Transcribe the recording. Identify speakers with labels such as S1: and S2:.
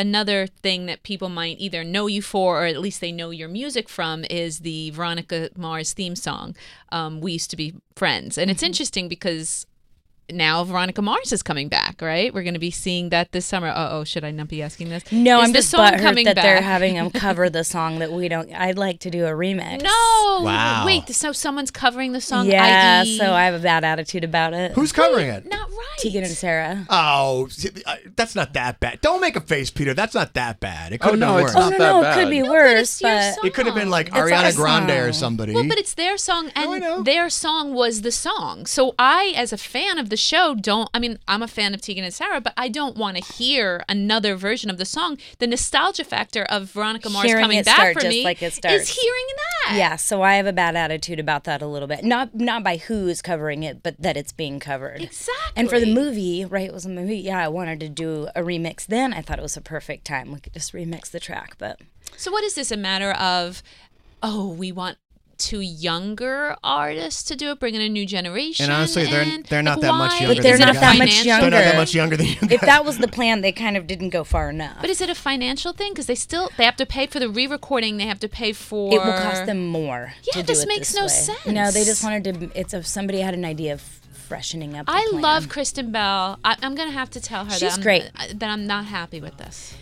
S1: another thing that people might either know you for or at least they know your music from is the Veronica Mars theme song. Um, we used to be friends, and
S2: Mm-hmm.
S1: it's interesting because now Veronica Mars is coming back, right? We're going to be seeing that this summer. Uh oh, should I not be asking this?
S2: No,
S1: Is
S2: I'm
S1: the
S2: just
S1: song
S2: butthurt
S1: coming
S2: that they're
S1: back?
S2: having them cover the song that we don't. I'd like to do a remix.
S1: No.
S3: Wow.
S1: Wait, so someone's covering the song.
S2: Yeah,
S1: i.e.
S2: so I have a bad attitude about it.
S3: Who's covering it?
S1: Not right.
S2: Tegan and Sarah?
S3: Oh, uh, that's not that bad. Don't make a face, Peter. That's not that bad. It could
S4: Oh,
S3: have
S4: no,
S3: been
S4: it's
S3: worse.
S2: Oh no,
S4: not that
S2: no, it
S4: bad.
S2: could be
S4: No,
S2: worse, but,
S1: your
S3: It could have been like
S2: It's our
S3: Ariana
S2: song.
S3: Grande or somebody.
S1: Well, but it's their song,
S3: I
S1: and
S3: know.
S1: their song was the song. So I, as a fan of the show, don't. I mean, I'm a fan of Tegan and Sarah, but I don't want to hear another version of the song. The nostalgia factor of Veronica Mars
S2: Hearing
S1: coming
S2: it
S1: back
S2: start
S1: for
S2: just
S1: me
S2: like it
S1: is
S2: starts.
S1: hearing that.
S2: yeah. So I have a bad attitude about that a little bit. Not not by who is covering it, but that it's being covered.
S1: Exactly.
S2: And for the movie, right? It was a movie. Yeah, I wanted to do a remix. Then I thought it was a perfect time. We could just remix the track, but
S1: So what is this a matter of? Oh, we want two younger artists to do it, bring in a new generation.
S3: And honestly, they're-
S1: and-
S3: they're not
S1: like,
S3: that much
S1: why?
S3: younger But
S2: they're
S1: Is it
S2: not
S1: a
S2: that much
S1: financial-
S2: younger.
S3: They're not that much younger than you.
S2: if that was the plan, they kind of didn't go far enough.
S1: But is it a financial thing? Because they still they have to pay for the re-recording. They have to pay for
S2: it will cost them more. to
S1: Yeah,
S2: do
S1: this
S2: it
S1: makes
S2: this
S1: no
S2: way.
S1: sense.
S2: No, they just wanted to. It's if somebody had an idea of freshening up. the
S1: I
S2: plan.
S1: love Kristen Bell. I, I'm gonna have to tell her
S2: She's
S1: that I'm,
S2: great.
S1: that I'm not happy with this.